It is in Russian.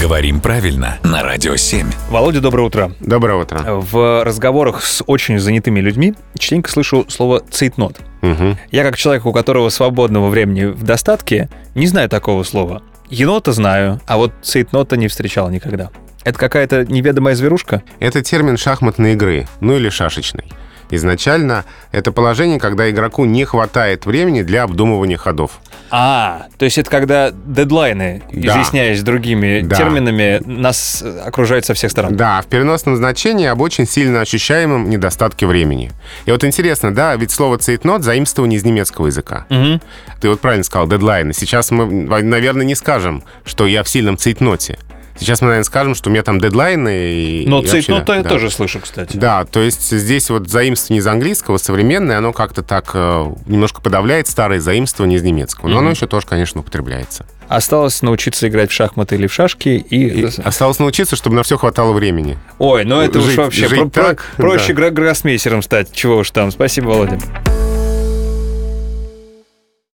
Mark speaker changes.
Speaker 1: Говорим правильно на Радио 7.
Speaker 2: Володя, доброе утро.
Speaker 3: Доброе
Speaker 2: А,
Speaker 3: утро.
Speaker 2: В разговорах с очень занятыми людьми частенько слышу слово «цейтнот».
Speaker 3: Мгм.
Speaker 2: Я, как человек, у которого свободного времени в достатке, не знаю такого слова. Енота знаю, а вот цейтнота не встречал никогда. Это какая-то неведомая зверушка?
Speaker 3: Это термин шахматной игры, ну или шашечной. Изначально это положение, когда игроку не хватает времени для обдумывания ходов.
Speaker 2: А, то есть это когда дедлайны,
Speaker 3: Да.
Speaker 2: изъясняясь другими
Speaker 3: Да.
Speaker 2: терминами, нас э, окружают со всех сторон.
Speaker 3: Да, в переносном значении об очень сильно ощущаемом недостатке времени. И вот интересно, да, ведь слово «цейтнот» заимствование из немецкого языка.
Speaker 2: Мгм.
Speaker 3: Ты вот правильно сказал, дедлайны. Сейчас мы, наверное, не скажем, что я в сильном цейтноте. Сейчас мы, наверное, скажем, что у меня там дедлайны. И,
Speaker 2: Но
Speaker 3: и вообще,
Speaker 2: цейтнота я
Speaker 3: да.
Speaker 2: тоже слышу, кстати.
Speaker 3: Да, то есть здесь вот заимствование из английского современное, оно как-то так э, немножко подавляет старое заимствование из немецкого. Но оно еще тоже, конечно, употребляется.
Speaker 2: Осталось научиться играть в шахматы или в шашки и...
Speaker 3: И осталось научиться, чтобы на все хватало времени.
Speaker 2: Ой, ну это уж
Speaker 3: Жить-
Speaker 2: вообще
Speaker 3: жить
Speaker 2: про- про-
Speaker 3: так,
Speaker 2: проще
Speaker 3: да.
Speaker 2: гра- гроссмейстером стать. Чего уж там. Спасибо, Володя.